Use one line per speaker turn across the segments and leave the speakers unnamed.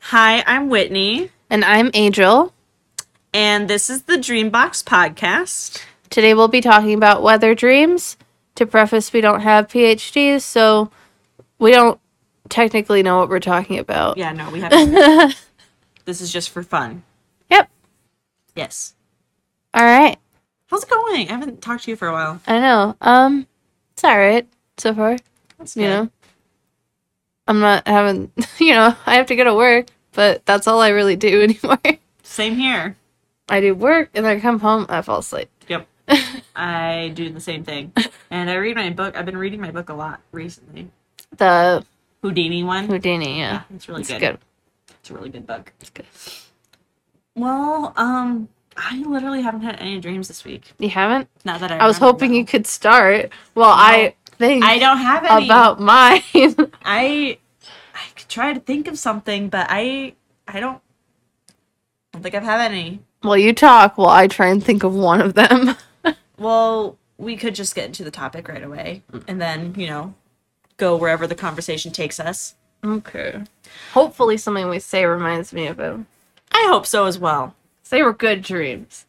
Hi, I'm Whitney,
And I'm Adriel.
and this is the Dreambox Podcast.
Today we'll be talking about weather dreams. To preface, we don't have PhDs, so we don't technically know what we're talking about.
Yeah, no, we haven't. this is just for fun.
Yep.
Yes.
All right.
How's it going? I haven't talked to you for a while.
I know. Um, it's all right so far.
That's
You know, I'm not having. You know, I have to go to work, but that's all I really do anymore.
Same here.
I do work, and then I come home. I fall asleep.
Yep. I do the same thing. And I read my book. I've been reading my book a lot recently.
The
Houdini one.
Houdini. Yeah,
It's really
it's
good.
good.
It's a really good book.
It's good.
Well, um, I literally haven't had any dreams this week.
You haven't?
Not that I
I was
remember.
hoping you could start. Well, I think
I don't have any.
about mine.
I I could try to think of something, but I I don't I don't think I've had any.
Well, you talk while I try and think of one of them.
Well, we could just get into the topic right away and then, you know, go wherever the conversation takes us.
Okay. Hopefully, something we say reminds me of them.
I hope so as well.
They were good dreams.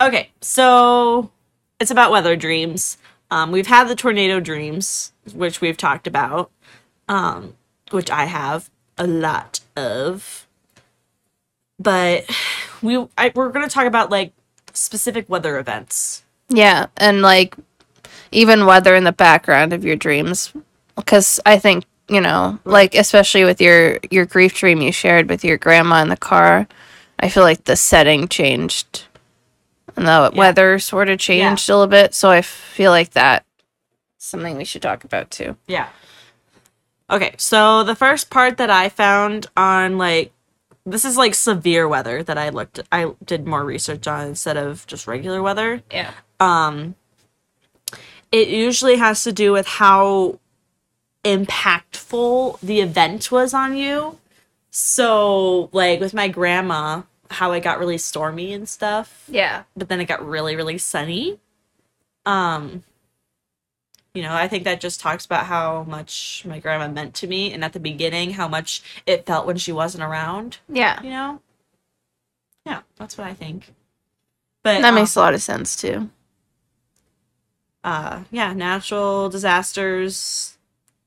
Okay, so it's about weather dreams. Um, we've had the tornado dreams, which we've talked about, um, which I have a lot of. But we I, we're going to talk about like specific weather events.
Yeah, and like even weather in the background of your dreams, because I think you know, like especially with your your grief dream you shared with your grandma in the car, I feel like the setting changed, and the weather sort of changed a little bit. So I feel like that something we should talk about too.
Yeah. Okay, so the first part that I found on like this is like severe weather that I looked I did more research on instead of just regular weather.
Yeah.
Um it usually has to do with how impactful the event was on you. So, like with my grandma, how it got really stormy and stuff
Yeah.
but then it got really really sunny um you know i think that just talks about how much my grandma meant to me and at the beginning how much it felt when she wasn't around
Yeah.
you know yeah that's what i think but
That
um,
makes a lot of sense too.
uh yeah natural disasters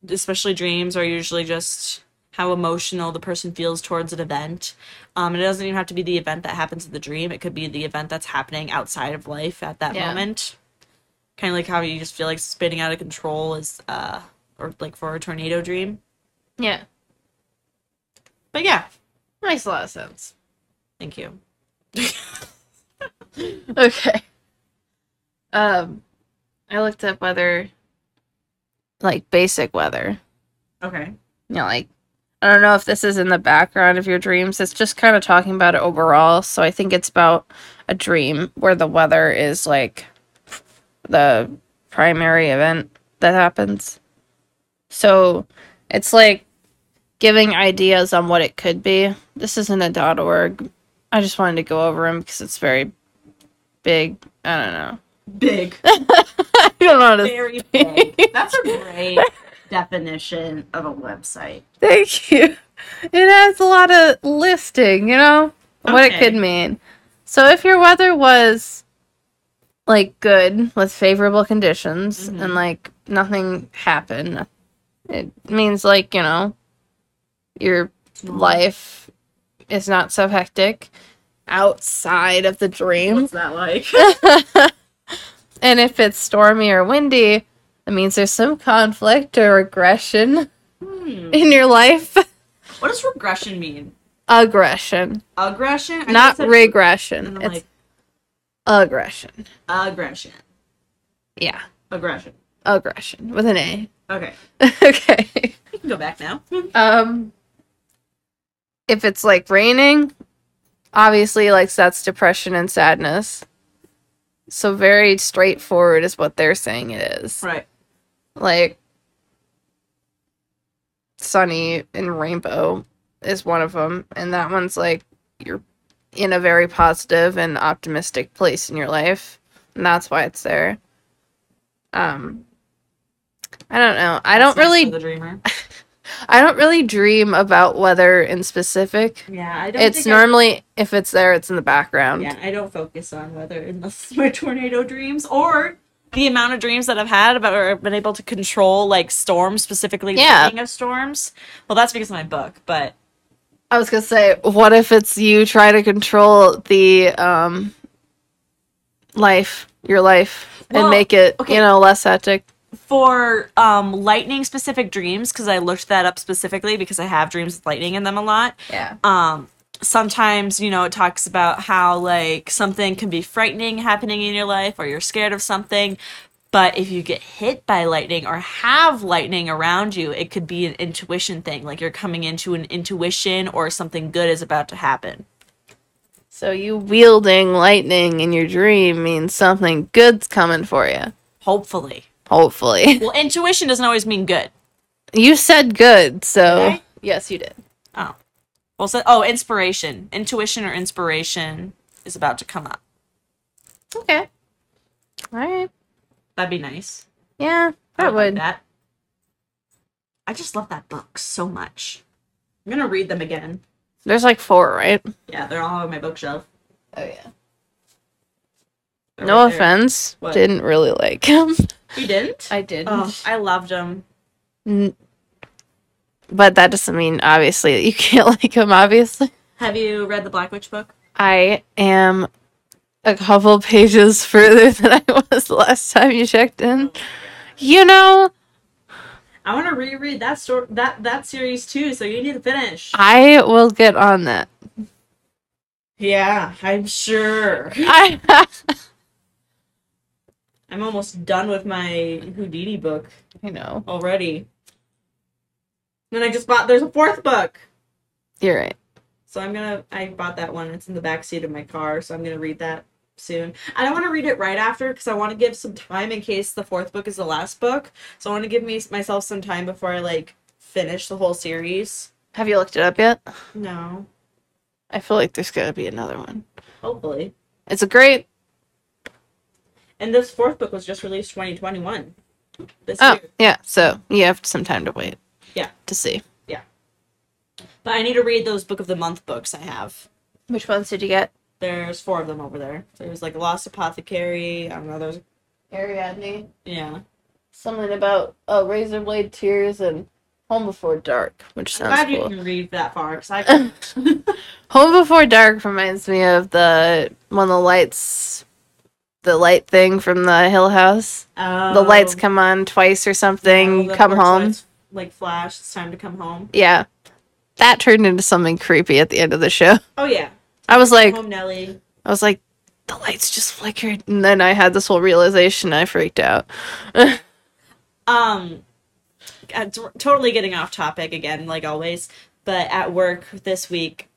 especially dreams are usually just how emotional the person feels towards an event um and it doesn't even have to be the event that happens in the dream it could be the event that's happening outside of life at that
Yeah.
moment kind of like how you just feel like spinning out of control is uh or like for a tornado dream
Yeah.
but yeah
Makes a lot of sense.
thank you
Okay. Um I looked up weather like basic weather.
okay
You know, like I don't know if this is in the background of your dreams. It's just kind of talking about it overall. So I think it's about a dream where the weather is like the primary event that happens. So it's like giving ideas on what it could be. This isn't a dot org. I just wanted to go over them because it's very big. I don't know.
big
I don't know. How to...
very big that's a great definition of a website
Thank you. It has a lot of listing, you know, what it
Okay.
could mean. So if your weather was like good with favorable conditions
Mhm.
and like nothing happened, it means like, you know, your life is not so hectic outside of the dream.
what's that like
And if it's stormy or windy, that means there's some conflict or regression
Hmm.
in your life.
What does regression mean?
aggression,
Aggression? I think
not
it's a-
regression.
and
It's
I'm like
aggression.
aggression.
Yeah,
Aggression.
aggression with an A.
Okay.
okay.
We can go back now.
Um, if it's like raining, obviously, like that's depression and sadness. So very straightforward is what they're saying it is.
right.
Like sunny and rainbow is one of them, and that one's like you're in a very positive and optimistic place in your life, and that's why it's there. Um, I don't know. I don't
That's nice
really
for the dreamer.
I don't really dream about weather in specific.
Yeah, I don't.
It's
think I-
normally if it's there, it's in the background.
yeah, I don't focus on weather unless it's my tornado dreams or the amount of dreams that I've had about or been able to control like storms specifically. the
Yeah.
Being of storms. Well, that's because of my book, but
I was gonna say, what if it's you try to control the um life, your life,
Well,
and make it
okay.
you know less hectic?
for um, lightning specific dreams, because I looked that up specifically because I have dreams with lightning in them a lot.
Yeah.
um sometimes you know it talks about how like something can be frightening happening in your life or you're scared of something but if you get hit by lightning or have lightning around you it could be an intuition thing like you're coming into an intuition or something good is about to happen
So you wielding lightning in your dream means something good's coming for you.
hopefully
Hopefully,
well intuition doesn't always mean good
you said good, so
Did I?
yes, you did.
oh well so oh inspiration intuition or inspiration is about to come up
Okay. All right.
that'd be nice
Yeah, that
I like
would.
that. I just love that book so much. I'm gonna read them again.
There's like four, right?
Yeah, they're all on my bookshelf.
Oh yeah.
They're
no
right there.
offense.
What?
Didn't really like him.
You didn't?
I didn't.
Oh, I loved them.
N- but that doesn't mean obviously that you can't like him obviously
Have you read the Black Witch book?
i am a couple pages further than i was the last time you checked in you know
I want to reread that story, that that series too. So you need to finish.
i will get on that
Yeah, I'm sure.
i
I'm almost done with my Houdini book
you know
already. Then I just bought. There's a fourth book.
you're right
So I'm gonna. I bought that one. It's in the back seat of my car. So I'm gonna read that soon. I don't want to read it right after because I want to give some time in case the fourth book is the last book. So I want to give me myself some time before I like finish the whole series.
have you looked it up yet
No,
i feel like there's gonna be another one
hopefully.
it's a great
And this fourth book was just released 2021. This
oh
year.
yeah so you have some time to wait
Yeah.
to see
But I need to read those book of the month books I have.
which ones did you get
There's four of them over there. There's like Lost Apothecary. I don't know. There's
ariadne
yeah.
something about uh, razor blade tears and home before dark which
I'm
sounds
glad
cool
you can read that far because I. couldn't.
home before dark reminds me of the when the lights the light thing from the hill house the lights
Oh.
come on twice or
Yeah,
something
the
come
porch
home
lights, like flash, it's time to come home.
yeah that turned into something creepy at the end of the show
Oh yeah,
i was like
home Nelly.
i was like the lights just flickered and then i had this whole realization i freaked out
Um, uh, t- totally getting off topic again, like always. But at work this week,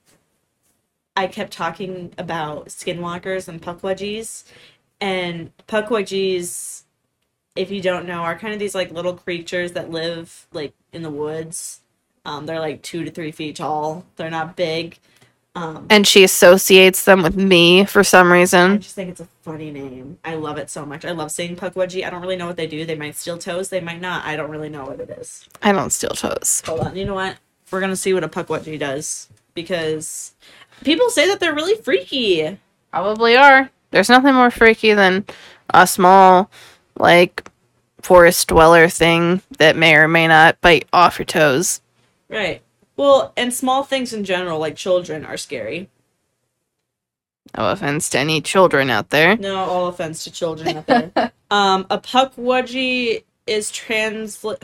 I kept talking about skinwalkers and puckwudgies, and puckwudgies. If you don't know, are kind of these like little creatures that live like in the woods. Um, they're like two to three feet tall. They're not big. Um,
and she associates them with me for some
I
reason
just think it's a funny name. I love it so much. I love seeing Puckwudgie. I don't really know what they do. They might steal toes. They might not. I don't really know what it is.
i don't steal toes
Hold on. You know what? We're gonna see what a Puckwudgie does because people say that they're really freaky.
Probably are. There's nothing more freaky than a small, like, forest dweller thing that may or may not bite off your toes.
Right. Well, and small things in general, like children, are scary.
No offense to any children out there.
No, all offense to children out there. um, a Puckwudgie is transla-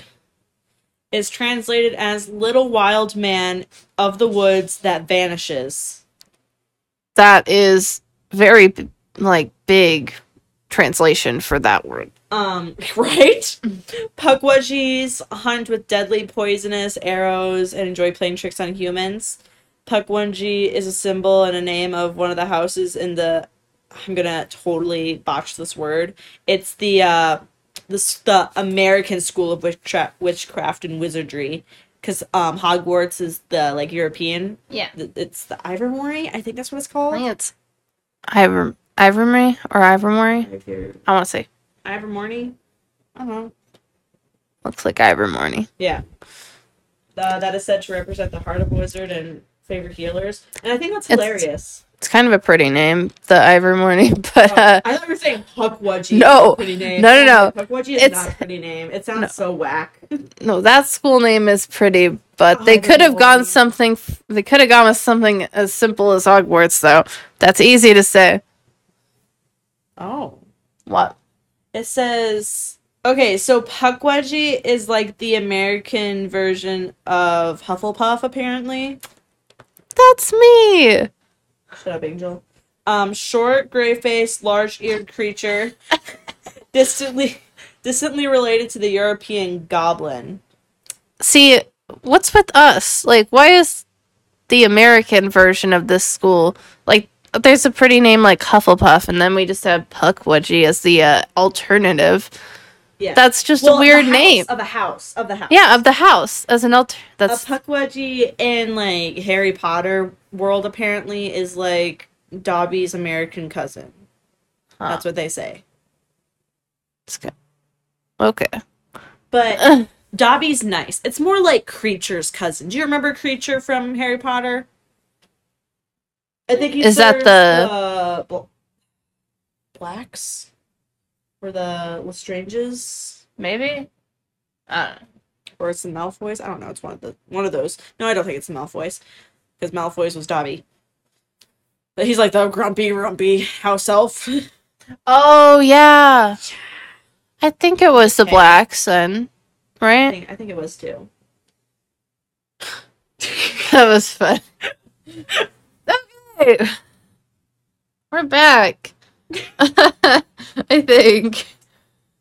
is translated as little wild man of the woods that vanishes.
That is very, b- like, big translation for that word.
Um, right? Puckwudgies hunt with deadly poisonous arrows and enjoy playing tricks on humans. Puckwudgie is a symbol and a name of one of the houses in the. I'm gonna totally botch this word. It's the uh, the s- the American School of Witchcraft, witchcraft and Wizardry, because um, Hogwarts is the like European.
Yeah. Oh,
th- It's the Ivermory. I think that's what it's
I
called.
think it's Ivor- Ivermory or Ivermory.
Ivor-
I want to say.
Ivermory. I don't know.
Looks like Ivermory.
Yeah. uh, that is said to represent the heart of a wizard and favor healers. And I think that's
It's-
hilarious. Oh,
It's kind of a pretty name, the Ivory Morning, but uh,
I thought you were saying Puckwudgie.
No.
pretty name.
No, no,
I was like, Puckwudgie is
It's-
not a pretty name. It sounds so whack.
no, that school name is pretty. But they
Ivory
could have gone
Morning.
something. f- They could have gone with something as simple as Hogwarts, though. That's easy to say.
Oh.
What?
It says okay, so Puckwudgie is like the American version of Hufflepuff, apparently.
That's me.
Shut up, Angel. Um, short, gray faced, large eared creature, distantly distantly related to the European goblin.
See, what's with us? Like, why is the American version of this school like? There's a pretty name like Hufflepuff, and then we just have Puckwudgie as the uh, alternative.
Yeah,
That's just
Well,
a
the
weird
house,
name.
of the house of the house.
Yeah, of the house as an alter.
a
That's
Puckwudgie in like Harry Potter world apparently is like Dobby's American cousin.
Huh.
That's what they say.
It's good. Okay.
But
Ugh.
Dobby's nice. It's more like Creature's cousin. Do you remember Creature from Harry Potter? I think he
Is that
serves,
the-
uh, Bl- blacks or the Lestranges
Maybe. Uh,
or it's the Malfoys. I don't know. It's one of the one of those. No, I don't think it's the Malfoys because Malfoys was Dobby. But he's like the grumpy, grumpy house elf.
oh yeah. I think it was the
Okay.
blacks then,
I
right?
think, I think it was too.
That was fun. okay, we're back. I think.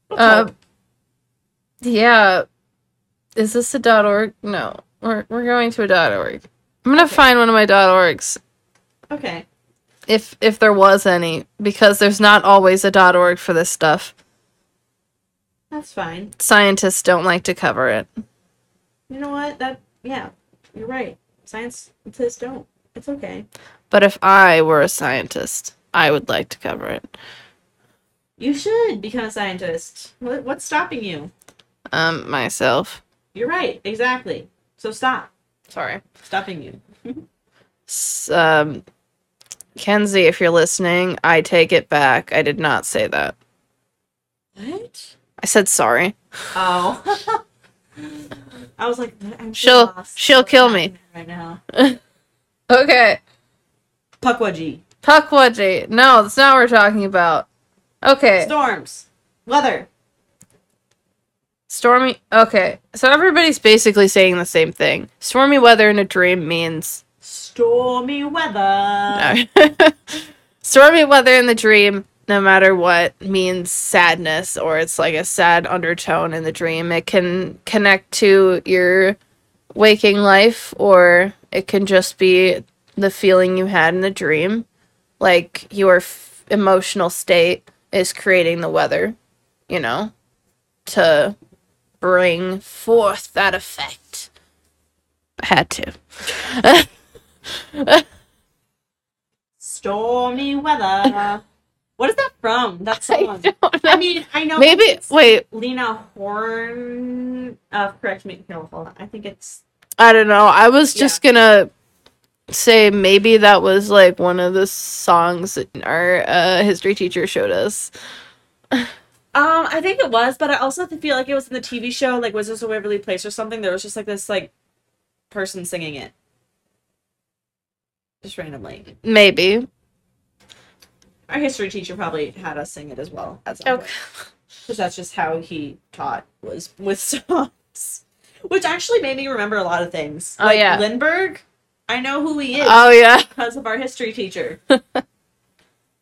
Uh, yeah. Is this a dot org? No, we're we're going to a dot org. I'm gonna find one of my dot orgs
okay.
if if there was any because there's not always a dot org for this stuff.
That's fine.
scientists don't like to cover it.
You know what? That yeah, you're right. Science says don't. It's okay.
But if I were a scientist, I would like to cover it.
You should become a scientist. What, what's stopping you?
Um, myself.
You're right. Exactly. So stop.
Sorry.
Stopping you.
S- um, Kenzie, if you're listening, I take it back. I did not say that.
What?
I said sorry.
Oh. I was like, I'm so
She'll-
lost.
she'll
What's
kill me.
happening right now.
Okay.
Puckwudgie.
Puckwudgie. No, that's not what we're talking about.
Eh.
Okay.
Storms. Weather.
Stormy. Okay. So everybody's basically saying the same thing. Stormy weather in a dream means
Stormy weather.
No. Stormy weather in the dream, no matter what, means sadness or it's like a sad undertone in the dream. It can connect to your waking life or it can just be the feeling you had in the dream. Like your f- emotional state is creating the weather, you know, to bring forth that effect. I had to.
Stormy weather. What is that from? That
I
song.
don't
I
know.
mean, I know.
Maybe,
it's
wait,
Lena Horn. Uh, correct me. No, hold on. I think it's.
I don't know. I was
Yeah.
just gonna say maybe that was like one of the songs that our uh, history teacher showed us.
Um, I think it was, but I also feel like it was in the TV show, like Wizards of Waverly Place or something. There was just like this like person singing it, just randomly.
Maybe.
Our history teacher probably had us sing it as well. At some
Okay.
because that's just how he taught was with songs, which actually made me remember a lot of things.
Oh, yeah.
Lindbergh. I know who he is.
Oh yeah.
because of our history teacher.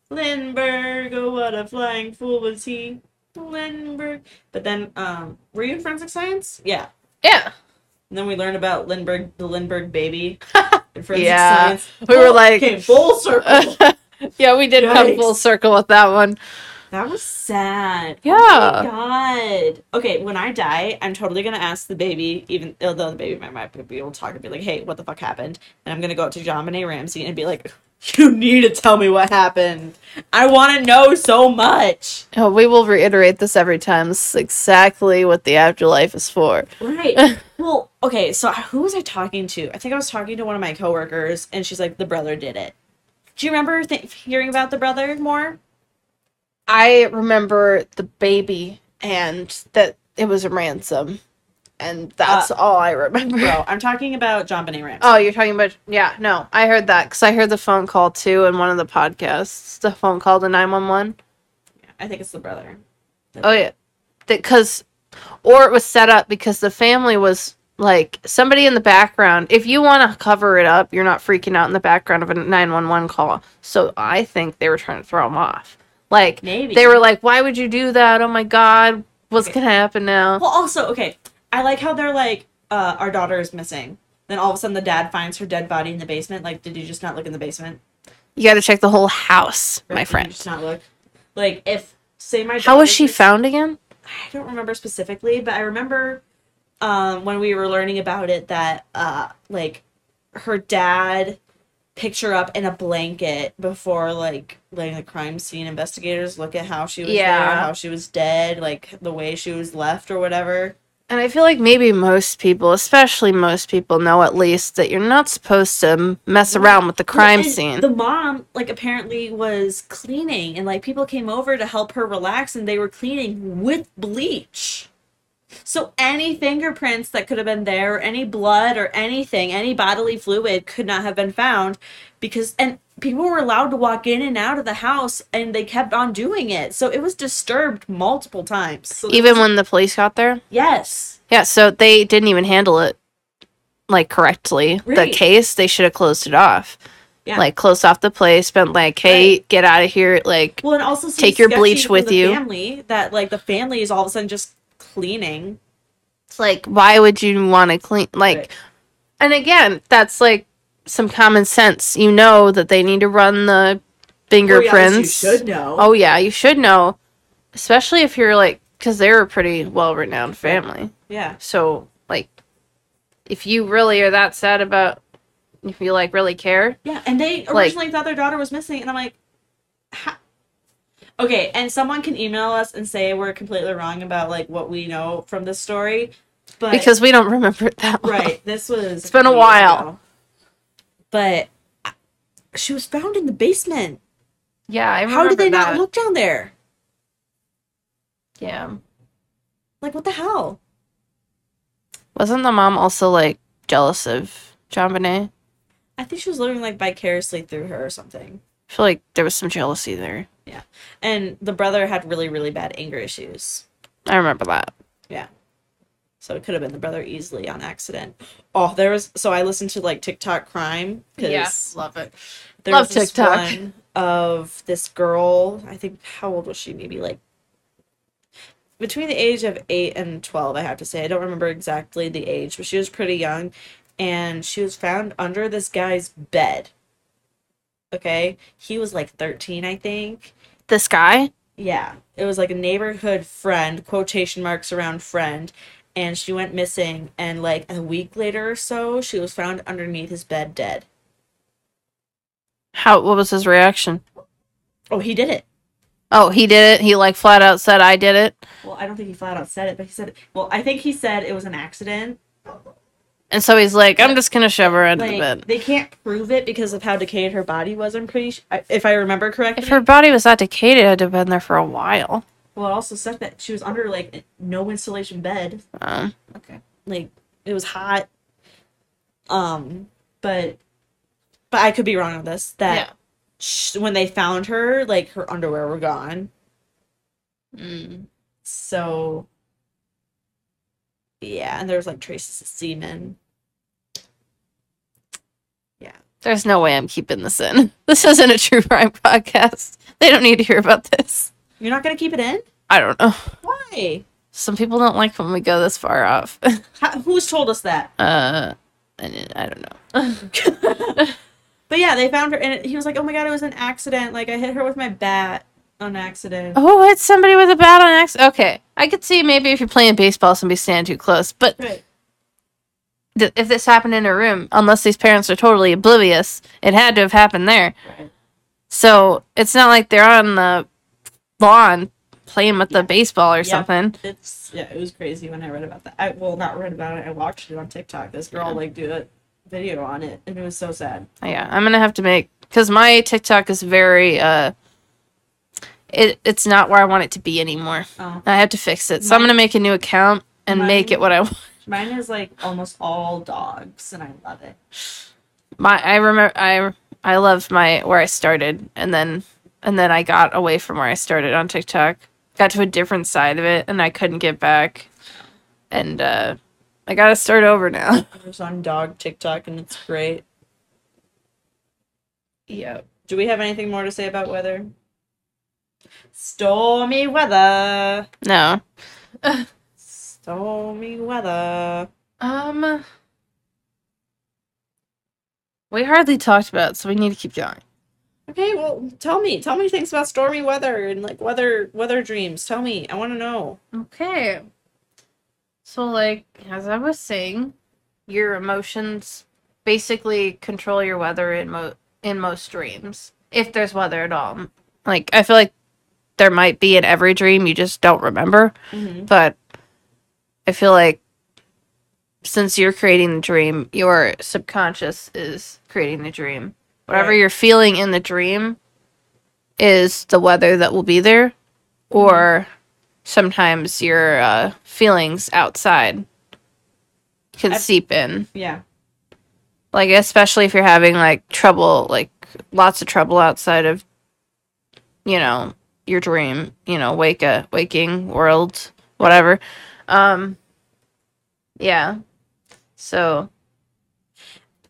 Lindbergh, oh what a flying fool was he. Lindbergh. But then, um, were you in forensic science? Yeah.
Yeah.
And then we learned about Lindbergh, the Lindbergh baby in forensic
Yeah.
science.
We were like-
okay, full circle.
yeah, we did come
Yikes.
full circle with that one.
that was sad. Oh
Yeah.
God. Okay, when I die, I'm totally gonna ask the baby, even although the baby might might be able to talk and be like, "Hey, what the fuck happened?" And I'm gonna go up to John Benet Ramsey and be like, You need to tell me what happened. I want to know so much.
Oh, we will reiterate this every time. This is exactly what the afterlife is for.
Right. well, okay, so who was I talking to? I think I was talking to one of my coworkers, and she's like, the brother did it. Do you remember th- hearing about the brother more?
I remember the baby and that it was a ransom. And that's all I remember.
Bro, I'm talking about John Benet Ramsey.
Oh, you're talking about yeah, no. I heard that cuz I heard the phone call too in one of the podcasts. The phone call to 911.
I think it's the brother.
Oh yeah. Because or it was set up because the family was like somebody in the background. If you want to cover it up, you're not freaking out in the background of a 911 call. So I think they were trying to throw him off. Like
Maybe.
they were like, "Why would you do that? Oh my god, what's
Okay.
going to happen now?"
Well, also, okay, I like how they're like, uh, our daughter is missing. Then all of a sudden, the dad finds her dead body in the basement. Like, did you just not look in the basement?
You got to check the whole house,
Or
my
did you
friend.
just not look. Like, if say my
How
daughter
was she found again?
I don't remember specifically, but I remember um, when we were learning about it that uh, like her dad picked her up in a blanket before like letting the crime scene investigators look at how she was there,
Yeah.
how she was dead, like the way she was left or whatever.
And I feel like maybe most people, especially most people, know at least that you're not supposed to mess around with the crime
And
scene.
The mom like apparently was cleaning, and like people came over to help her relax, and they were cleaning with bleach. So any fingerprints that could have been there, or any blood or anything, any bodily fluid could not have been found, because and people were allowed to walk in and out of the house, and they kept on doing it. So it was disturbed multiple times. So there
even
was-
when the police got there?
yes,
Yeah, so they didn't even handle it like correctly.
Right.
The case, they should have closed it off.
Yeah.
Like closed off the place, been like, "Hey,
Right.
get out of here." Like
well, and also seems
Take your
sketchy
bleach
from
with
the
you.
Family that like the family is all of a sudden just cleaning.
it's like why would you want to clean like
Right.
And again, that's like some common sense. You know that they need to run the fingerprints.
Oh, yeah, you should know.
Oh yeah, you should know, especially if you're like cuz they're a pretty well-renowned family.
Yeah.
So, like if you really are that sad about if you like really care,
Yeah. And they
Like-
originally thought their daughter was missing, and I'm like, "Ha-" okay. And someone can email us and say we're completely wrong about like what we know from this story, but
because we don't remember it that well.
right, this was
It's been a
years
while.
ago. But I- she was found in the basement.
Yeah, I remember
How did they
that.
not look down there?
Yeah.
Like what the hell?
Wasn't the mom also like jealous of John Bonet?
I think she was living like vicariously through her or something.
I feel like there was some jealousy there.
And the brother had really, really bad anger issues.
I remember that.
So it could have been the brother easily on accident. Oh, there was so I listened to like TikTok crime because
love it.
there
Love
was this
TikTok.
one of this girl. I think how old was she? Maybe like between the age of eight and twelve. I have to say I don't remember exactly the age, but she was pretty young, and she was found under this guy's bed. Okay, he was like thirteen, I think.
This guy?
Yeah, it was like a neighborhood friend, quotation marks around friend, and she went missing. And like a week later or so, she was found underneath his bed dead.
How what was his reaction?
Oh, he did it.
Oh, he did it. He like flat out said I did it.
Well, I don't think he flat out said it, but he said, well, I think he said it was an accident.
And so he's like, I'm just gonna shove her into the
Like,
bed.
they can't prove it because of how decayed her body was, I'm pretty sure. If I remember correctly.
If her body was that decayed, it had to have been there for a while.
Well, it also said that she was under like no insulation bed.
Um,
Okay. Like it was hot. Um, but but I could be wrong on this. That
Yeah.
sh- when they found her, like her underwear were gone.
Mm.
So yeah, and there was like traces of semen.
There's no way I'm keeping this in. This isn't a true crime podcast. They don't need to hear about this.
You're not gonna keep it in?
I don't know.
Why?
Some people don't like when we go this far off.
How, who's told us that?
uh, and I don't know.
But yeah, they found her, and he was like, "Oh my god, it was an accident. Like I hit her with my bat on accident."
Oh, it's somebody with a bat on axe. Okay, I could see maybe if you're playing baseball, somebody standing too close. But
Right.
th- if this happened in a room, unless these parents are totally oblivious, it had to have happened there.
Right.
So it's not like they're on the lawn playing with the baseball or something.
It's yeah, it was crazy when I read about that. I well, not read about it. I watched it on TikTok. This girl like did a video on it, and it was so sad.
Yeah, I'm gonna have to make because my TikTok is very uh, it it's not where I want it to be anymore.
Oh,
I have to fix it, so I'm
Mine-
gonna make a new account and make
Mine-
it what I want.
mine is like almost all dogs, and I love it.
My I remember I I loved my where I started, and then and then I got away from where I started on TikTok. Got to a different side of it, and I couldn't get back. And uh, I gotta start over now.
I was on dog TikTok, and it's great.
Yep.
Do we have anything more to say about weather? Stormy weather.
No.
Stormy weather.
Um. We hardly talked about, it, so we need to keep going.
Okay, well, tell me, tell me things about stormy weather and like weather, weather dreams. Tell me, I want to know.
Okay. So, like, as I was saying, your emotions basically control your weather in, mo- in most dreams, if there's weather at all. Like, I feel like there might be in every dream, you just don't remember. But I feel like since you're creating the dream, your subconscious is creating the dream. Whatever
Right.
you're feeling in the dream is the weather that will be there, or sometimes your uh, feelings outside can
I've-
seep in.
Yeah,
Like, especially if you're having like trouble, like lots of trouble outside of, you know, your dream, you know, wake a waking world, whatever. Um, yeah. So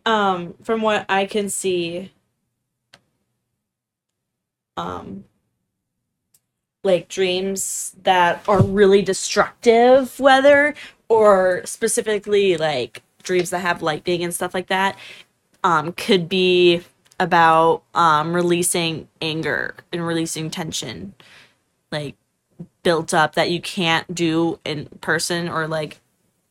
um from what i can see um like dreams that are really destructive weather or specifically like dreams that have lightning and stuff like that um could be about um releasing anger and releasing tension like built up that you can't do in person or like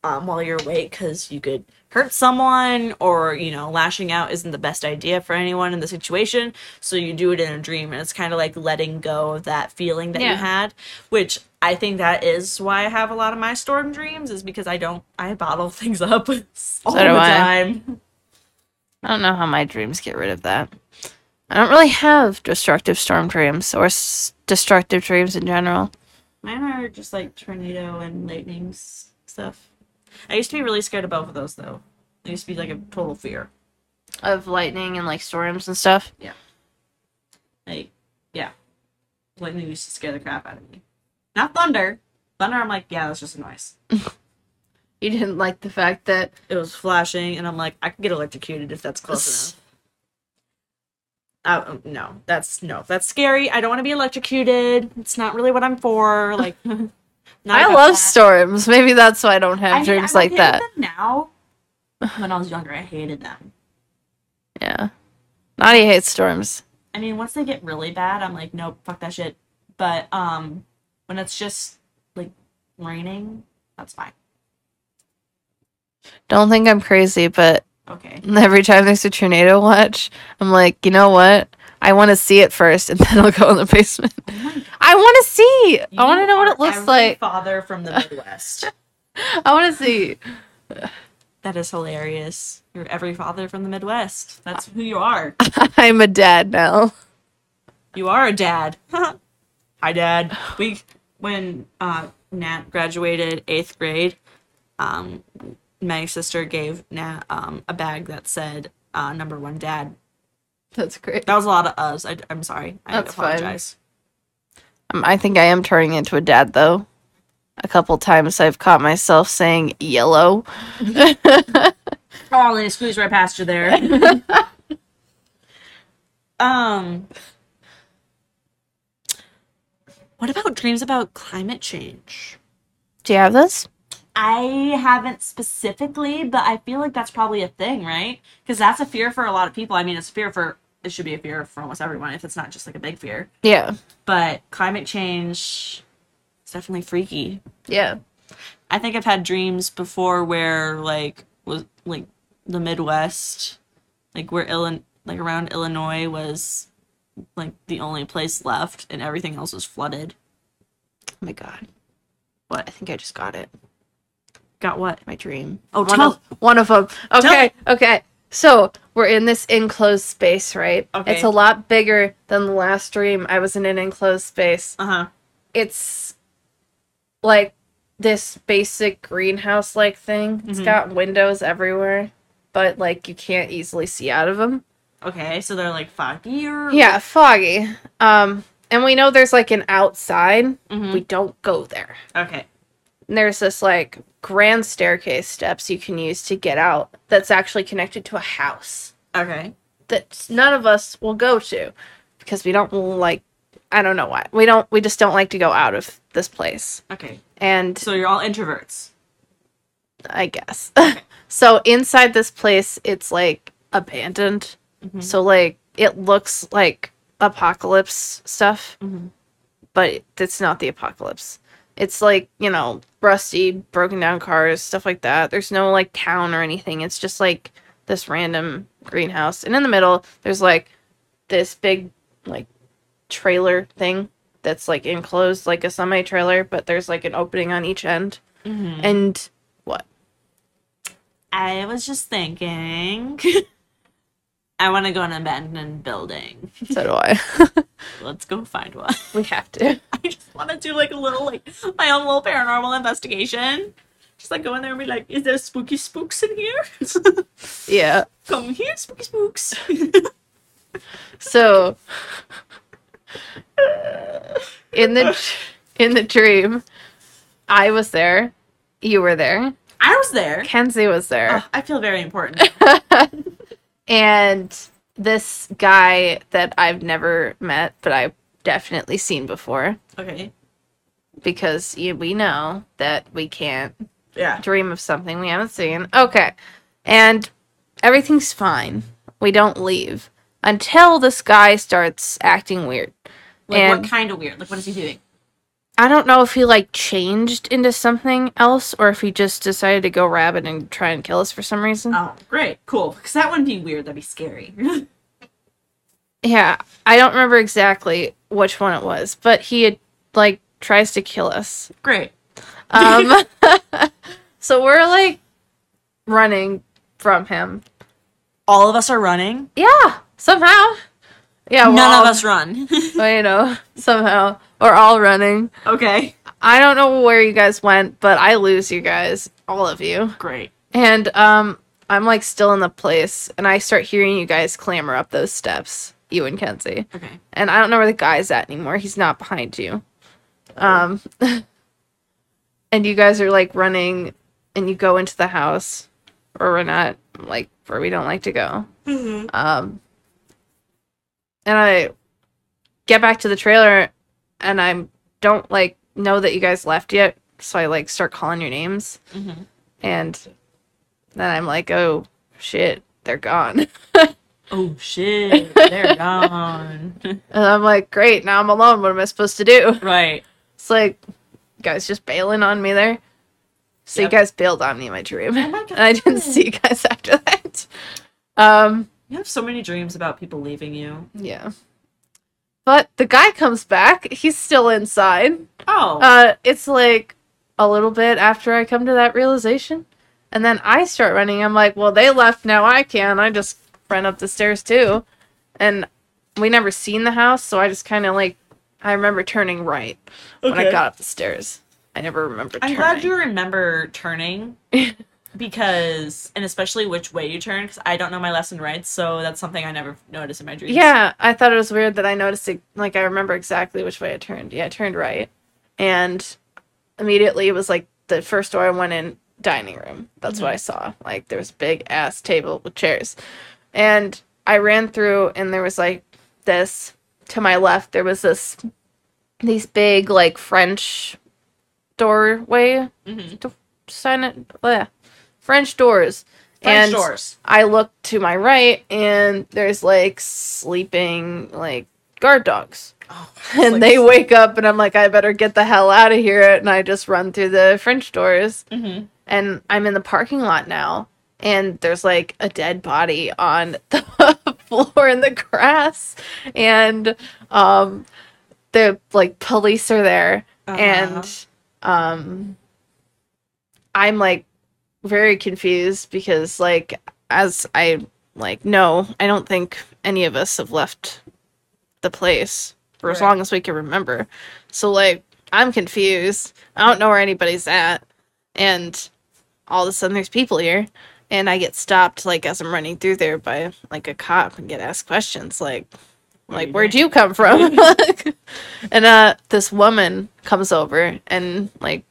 um, while you're awake because you could hurt someone or you know lashing out isn't the best idea for anyone in the situation so you do it in a dream and it's kind of like letting go of that feeling that you
Yeah.
had which i think that is why i have a lot of my storm dreams is because i don't i bottle things up all the
do I.
time
I don't know how my dreams get rid of that. I don't really have destructive storm dreams or s- destructive dreams in general.
mine are just like tornado and lightning s- stuff i used to be really scared of both of those though i used to be like a total fear
Of lightning and like storms and stuff.
Like, yeah. Lightning used to scare the crap out of me. Not thunder. Thunder, I'm like, yeah, that's just a noise.
You didn't like the fact that
It was flashing, and I'm like, I could get electrocuted if that's close enough. Uh, no, that's no, that's scary. I don't want to be electrocuted. It's not really what I'm for. Like, not
I
about
love
that.
storms. Maybe that's why I don't have
I hate-
dreams
I'm
like
okay with
that.
them now, when I was younger, I hated them.
Yeah. Nadia hates storms.
I mean, once they get really bad, I'm like, nope, fuck that shit. But um, when it's just like raining, that's fine.
Don't think I'm crazy, but
Okay.
every time there's a tornado watch, I'm like, you know what? I want to see it first, and then I'll go in the basement.
Oh my God.
I want to see. I
You
want to know what
are
it looks
every
like.
Father from the Midwest.
I want to see.
that is hilarious. You're every father from the Midwest. That's
Uh,
who you are.
I'm a dad now.
You are a dad. Hi, Dad. We when uh, Nat graduated eighth grade, um, my sister gave Nat um, a bag that said uh, "Number One Dad."
That's great.
That was a lot of us. I, am sorry. I
That's fine.
apologize.
Um, I think I am turning into a dad though. A couple times I've caught myself saying yellow.
Oh, I'm gonna squeeze right past you there. um, what about dreams about climate change?
Do you have this?
I haven't specifically, but I feel like that's probably a thing, right? Because that's a fear for a lot of people. I mean, it's a fear for it should be a fear for almost everyone if it's not just like a big fear.
Yeah.
But climate change is definitely freaky.
Yeah.
I think I've had dreams before where like was like the Midwest, like where Illinois, like around Illinois was like the only place left, and everything else was flooded.
Oh my god. What? I think I just got it.
Got what?
My dream. Oh,
one
one of one of them. Okay, okay. So we're in this enclosed space, right?
Okay.
It's a lot bigger than the last dream. I was in an enclosed space.
Uh huh.
It's like this basic greenhouse like thing. It's
Mhm.
got windows everywhere, but like you can't easily see out of them.
Okay, so they're like foggy or
Yeah, foggy. Um, and we know there's like an outside.
Mhm.
We don't go there.
Okay.
And there's this like grand staircase steps you can use to get out that's actually connected to a house
Okay.
that none of us will go to because we don't like I don't know why. We don't we just don't like to go out of this place.
Okay.
And
So you're all introverts.
I guess. so inside this place it's like abandoned.
Mhm.
So like it looks like apocalypse stuff,
Mhm.
but it's not the apocalypse. It's like, you know, rusty, broken down cars, stuff like that. There's no like town or anything. It's just like this random greenhouse. And in the middle, there's like this big like trailer thing that's like enclosed like a semi trailer, but there's like an opening on each end.
Mhm.
And what?
I was just thinking. I want to go in an abandoned building.
So do I.
Let's go find one.
we have to.
I just want to do like a little like my own little paranormal investigation. Just like go in there and be like, is there spooky spooks in here?
Yeah.
Come here, spooky spooks.
So in the in the dream, I was there, you were there,
I was there.
Kenzie was there,
Oh, I feel very important.
and this guy that I've never met, but I've definitely seen before
Okay.
because you, we know that we can't
Yeah.
dream of something we haven't seen. Okay. And everything's fine. We don't leave until this guy starts acting weird.
Like
And-
what kind of weird? Like what is he doing?
I don't know if he like changed into something else or if he just decided to go rabid and try and kill us for some reason.
Oh, great, cool. Because that wouldn't be weird. That'd be scary.
Yeah, I don't remember exactly which one it was, but he had like tries to kill us.
great.
Um, so we're like running from him.
All of us are running.
Yeah, somehow. Yeah, we're
None
all-
of us run.
well, you know, somehow we're all running.
okay.
I don't know where you guys went, but I lose you guys, all of you.
Great.
And um I'm like still in the place and I start hearing you guys clamber up those steps, you and Kenzie.
Okay.
And I don't know where the guy's at anymore. He's not behind you. Um and you guys are like running and you go into the house or we're not like where we don't like to go.
Mm-hmm.
Um and I get back to the trailer and I'm don't like know that you guys left yet, so I like start calling your names
Mm-hmm.
and then I'm like, oh shit, they're gone.
Oh shit! They're gone.
And I'm like, great, now I'm alone. What am I supposed to do?
right.
It's like, you guys just bailing on me there. So
Yep.
you guys bailed on me in my dream,
my
and I didn't
God.
see you guys after that. Um,
You have so many dreams about people leaving you.
yeah. But the guy comes back. He's still inside.
Oh.
Uh, it's like a little bit after I come to that realization, and then I start running. I'm like, well, they left, now I can. I just ran up the stairs too, and we never seen the house, so I just kind of like, I remember turning right when I
Okay.
got up the stairs. I never remember.
I'm
Turning.
glad you remember turning because, and especially which way you turn, because I don't know my left and right, so that's something I never notice in my dreams.
Yeah, I thought it was weird that I noticed it. Like, I remember exactly which way I turned. Yeah, I turned right. And immediately it was like the first door I went in, dining room. That's what I
Mm-hmm.
saw. Like, there was a big ass table with chairs. And I ran through, and there was like this to my left, there was this, these big, like, French doorway,
Mhm.
sign it, bleh, French doors.
French
and
doors.
I look to my right and there's like sleeping like guard dogs.
Oh,
And they wake up and I'm like, I better get the hell out of here and I just run through the French doors
Mhm.
and I'm in the parking lot now and there's like a dead body on the floor in the grass and um the like police are there
Uh-huh.
and um i'm like very confused because like as i like no i don't think any of us have left the place for as
Right.
long as we can remember so like i'm confused i don't know where anybody's at and all of a sudden there's people here and i get stopped like as i'm running through there by like a cop and get asked questions like
What are
like
you
where'd you come from and uh this woman comes over and like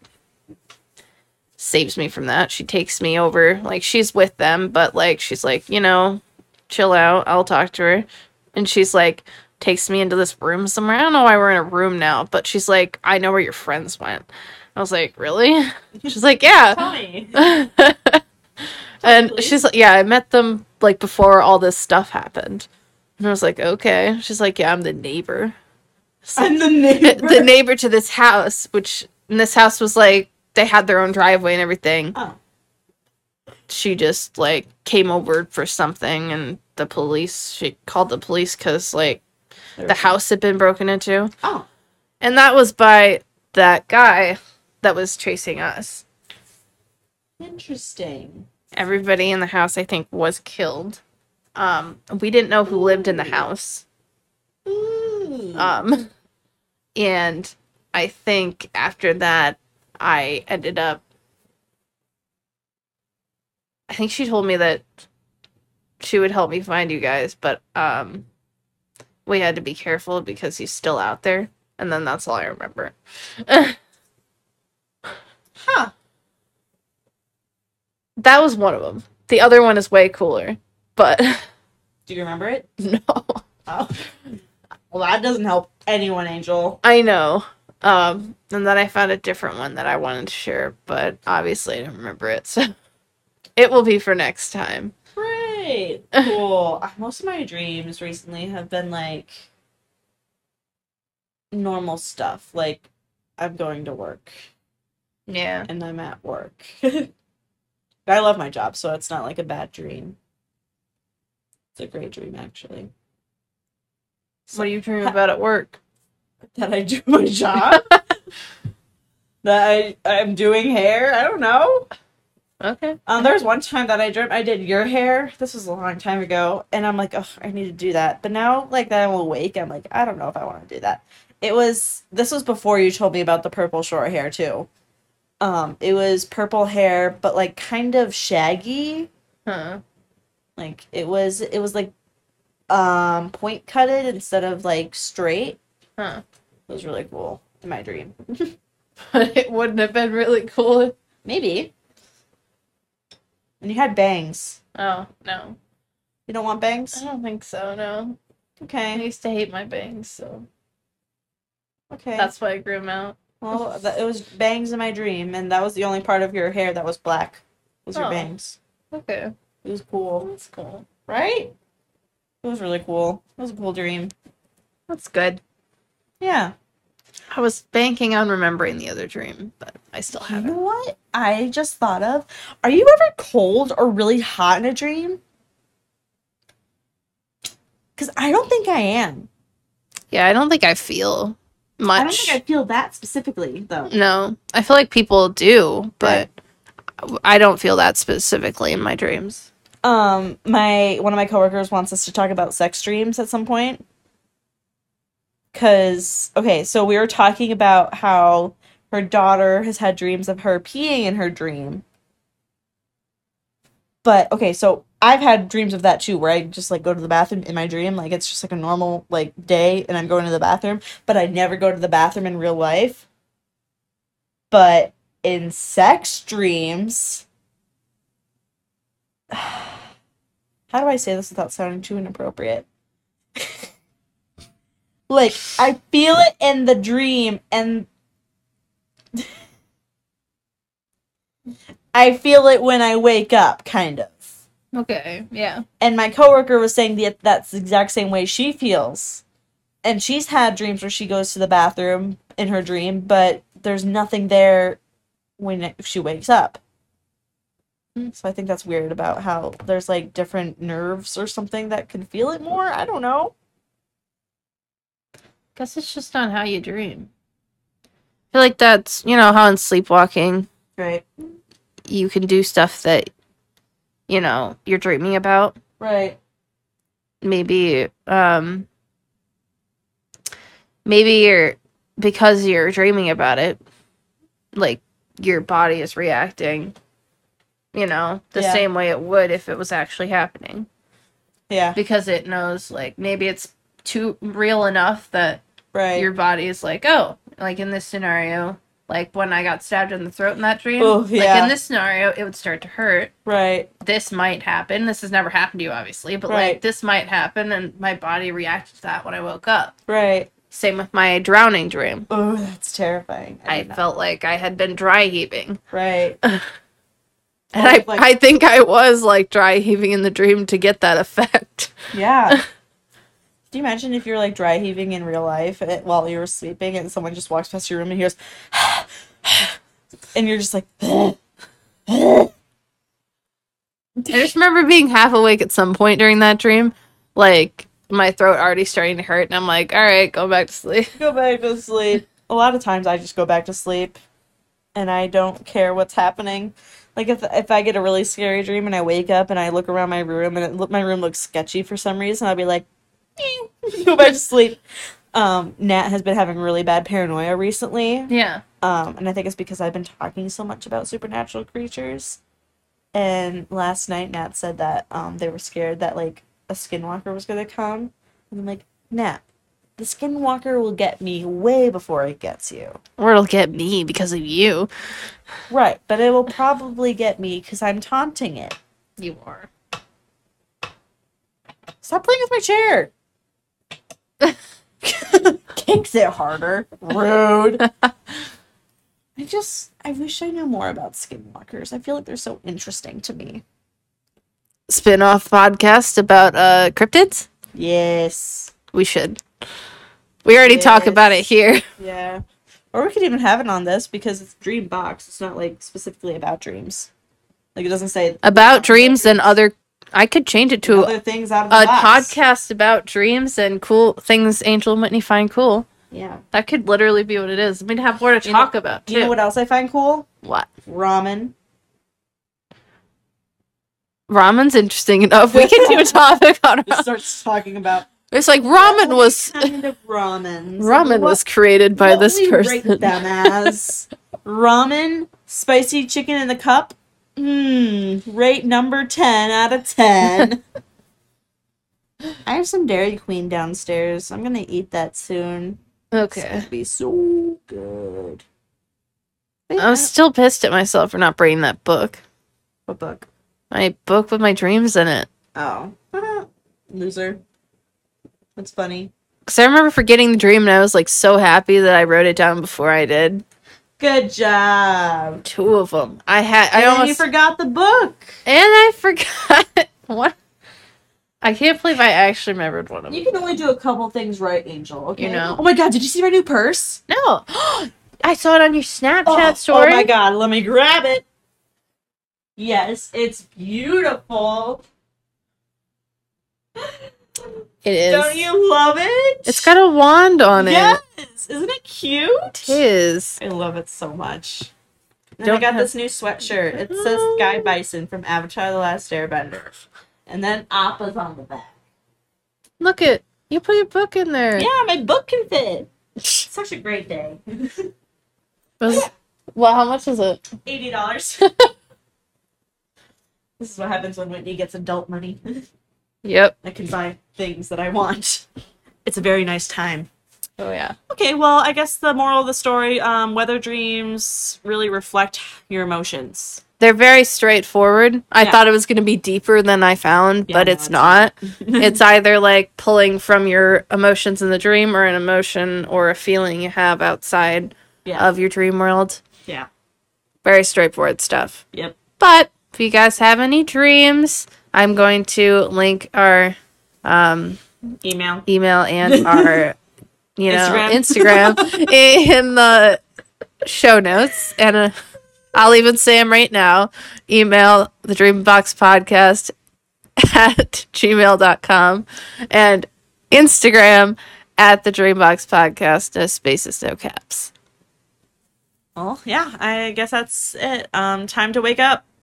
saves me from that she takes me over like she's with them but like she's like you know chill out i'll talk to her and she's like takes me into this room somewhere i don't know why we're in a room now but she's like i know where your friends went i was like really she's like yeah
Tell me.
and
Totally.
she's like, yeah, I met them like before all this stuff happened. And I was like, okay. She's like, yeah, I'm the neighbor. So-
I'm the neighbor.
the neighbor to this house, which and this house was like they had their own driveway and everything.
Oh.
She just like came over for something, and the police. She called the police because like the house had been broken into,
Oh.
and that was by that guy that was chasing us.
Interesting.
everybody in the house i think was killed um we didn't know who lived in the house
Mm.
um and i think after that i ended up i think she told me that she would help me find you guys but um we had to be careful because he's still out there and then that's all i remember
huh.
that was one of them the other one is way cooler but
Do you remember it?
no
Oh. Well, that doesn't help anyone, Angel.
I know. Um, and then I found a different one that I wanted to share, but obviously I don't remember it, so it will be for next time.
Great. Cool. Uh, Most of my dreams recently have been like normal stuff. Like I'm going to work
Yeah.
and I'm at work. but I love my job, so it's not like a bad dream. It's a great dream actually.
What do you dream about at work?
that I do my job. that I I'm doing hair. I don't know.
Okay.
Um, there was one time that I dreamt I did your hair. This was a long time ago, and I'm like, oh, I need to do that. But now, like that I'm awake, I'm like, I don't know if I want to do that. It was this was before you told me about the purple short hair too. Um, it was purple hair, but like kind of shaggy.
Huh.
Like it was it was like um point cutted instead of like straight.
Huh.
It was really cool in my dream.
But it wouldn't have been really cool.
Maybe. And you had bangs.
Oh, no.
You don't want
I
bangs?
don't think so, no. I
Okay.
used to hate my bangs, so
Okay.
that's why I grew them out.
well, that, it was bangs in my dream, and that was the only part of your hair that was black. Was your
Oh.
bangs?
Okay.
It was cool,
That's cool.
right? It was really cool. It was a cool dream.
That's good.
Yeah.
I was banking on remembering the other dream, but I still
You
haven't.
know what? I just thought of. Are you ever cold or really hot in a dream? Because I don't think I am.
Yeah, I don't think Mm-hmm. I feel much.
I don't think I feel that specifically though.
No, I feel like people do,
Right.
but I don't feel that specifically in my dreams.
um my one of my coworkers wants us to talk about sex dreams at some point because okay so we were talking about how her daughter has had dreams of her peeing in her dream but okay so i've had dreams of that too where i just like go to the bathroom in my dream like it's just like a normal like day and i'm going to the bathroom but i never go to the bathroom in real life but in sex dreams how do I say this without sounding too inappropriate? like I feel it in the dream and I feel it when I wake up kind of.
Okay, yeah.
And my coworker was saying that that's the exact same way she feels. And she's had dreams where she goes to the bathroom in her dream, but there's nothing there when she wakes up. So I think that's weird about how there's like different nerves or something that can feel it more. I don't know.
Guess it's just on how you dream. I feel like that's you know how in sleepwalking
Right.
you can do stuff that you know you're dreaming about.
Right.
Maybe um maybe you're because you're dreaming about it, like your body is reacting, you know, the
Yeah.
same way it would if it was actually happening.
Yeah.
Because it knows like maybe it's too real enough that
Right.
your body is like, oh, like in this scenario, like when I got stabbed in the throat in that dream,
Oh,
like
yeah.
in this scenario, it would start to hurt.
right.
This might happen. This has never happened to you, obviously, but
Right.
like this might happen, and my body reacted to that when I woke up.
Right.
Same with my drowning dream.
Oh, that's terrifying.
I
did not-
felt like I had been dry heaving.
right.
And
Oh,
I,
like-
I think I was like dry heaving in the dream to get that effect.
Yeah. Do you imagine if you're like dry heaving in real life eh, while you were sleeping and someone just walks past your room and hears, and you're just like,
I just remember being half awake at some point during that dream, like my throat already starting to hurt, and I'm like, all right, go back to sleep.
go back to sleep. A lot of times I just go back to sleep and I don't care what's happening. Like if if I get a really scary dream and I wake up and I look around my room and it, look- my room looks sketchy for some reason, I'll be like, go back to sleep. Um, Nat has been having really bad paranoia recently.
Yeah.
Um, and I think it's because I've been talking so much about supernatural creatures. And last night, Nat said that um, they were scared that like a skinwalker was gonna come. And I'm like, Nat, the skinwalker will get me way before it gets you.
Or it'll get me because of you.
Right, but it will probably get me because I'm taunting it.
You are.
Stop playing with my chair. Kicks it harder. Rude. I just, I wish I knew more about skinwalkers. I feel like they're so interesting to me.
Spin off podcast about uh cryptids?
Yes.
We should. We already talk about
Yes.
it here.
Yeah. Or we could even have it on this because it's dream box. It's not like specifically about dreams. Like it doesn't say
About dreams and other I could change it to
other things out of the
a
box.
podcast about dreams and cool things Angel and Whitney find cool.
Yeah.
That could literally be what it is. We'd have more to
You know-
talk about too.
You know what else I find cool?
what?
Ramen.
Ramen's interesting enough. We can do a topic on
Just
ramen.
starts talking about
It's like ramen
what
was
kind of ramen.
ramen was created by this person.
Rate them as ramen, spicy chicken in the cup. Mmm. Rate number ten out of ten. I have some Dairy Queen downstairs. I'm gonna eat that soon. It's
Okay.
gonna be so good.
I was still pissed at myself for not bringing that book.
a book.
My book with my dreams in it.
Oh, loser. That's funny.
Because I remember forgetting the dream and I was like so happy that I wrote it down before I did.
Good job.
Two of them. I had, I
and
almost,
you forgot the book.
and I forgot one. I can't believe I actually remembered one of
You
them.
can only do a couple things right, Angel. Okay.
know.
Oh my God! Did you see my new purse?
No. I saw it on your Snapchat
oh,
story.
Oh my god, let me grab it. Yes, it's beautiful.
It is.
Don't you love it?
It's got a wand on it.
Yes, isn't it cute?
It is.
I love it so much. And then I
Don't
got
have-
this new sweatshirt. It says Guy Bison from Avatar: The Last Airbender, and then Appa's on the back.
Look at, you put your book in there.
Yeah, my book can fit. Such a great day.
Was- well, how much is it?
Eighty dollars. this is what happens when Whitney gets adult money.
Yep.
I can buy things that I want. It's a very nice time.
Oh, yeah.
Okay, well, I guess the moral of the story um, weather dreams really reflect your emotions.
They're very straightforward. I
Yeah.
thought it was going to be deeper than I found,
Yeah,
but
no,
it's
it's
not. it's either like pulling from your emotions in the dream or an emotion or a feeling you have outside
Yeah.
of your dream world.
Yeah.
Very straightforward stuff.
Yep.
But if you guys have any dreams, I'm going to link our um,
Email.
email and our you know Instagram,
Instagram.
in the show notes and uh, I'll even say them right now. Email the Dreambox Podcast at gmail.com and Instagram at the Dreambox Podcast. No spaces, no caps.
Well, yeah, I guess that's it. Um, time to wake up.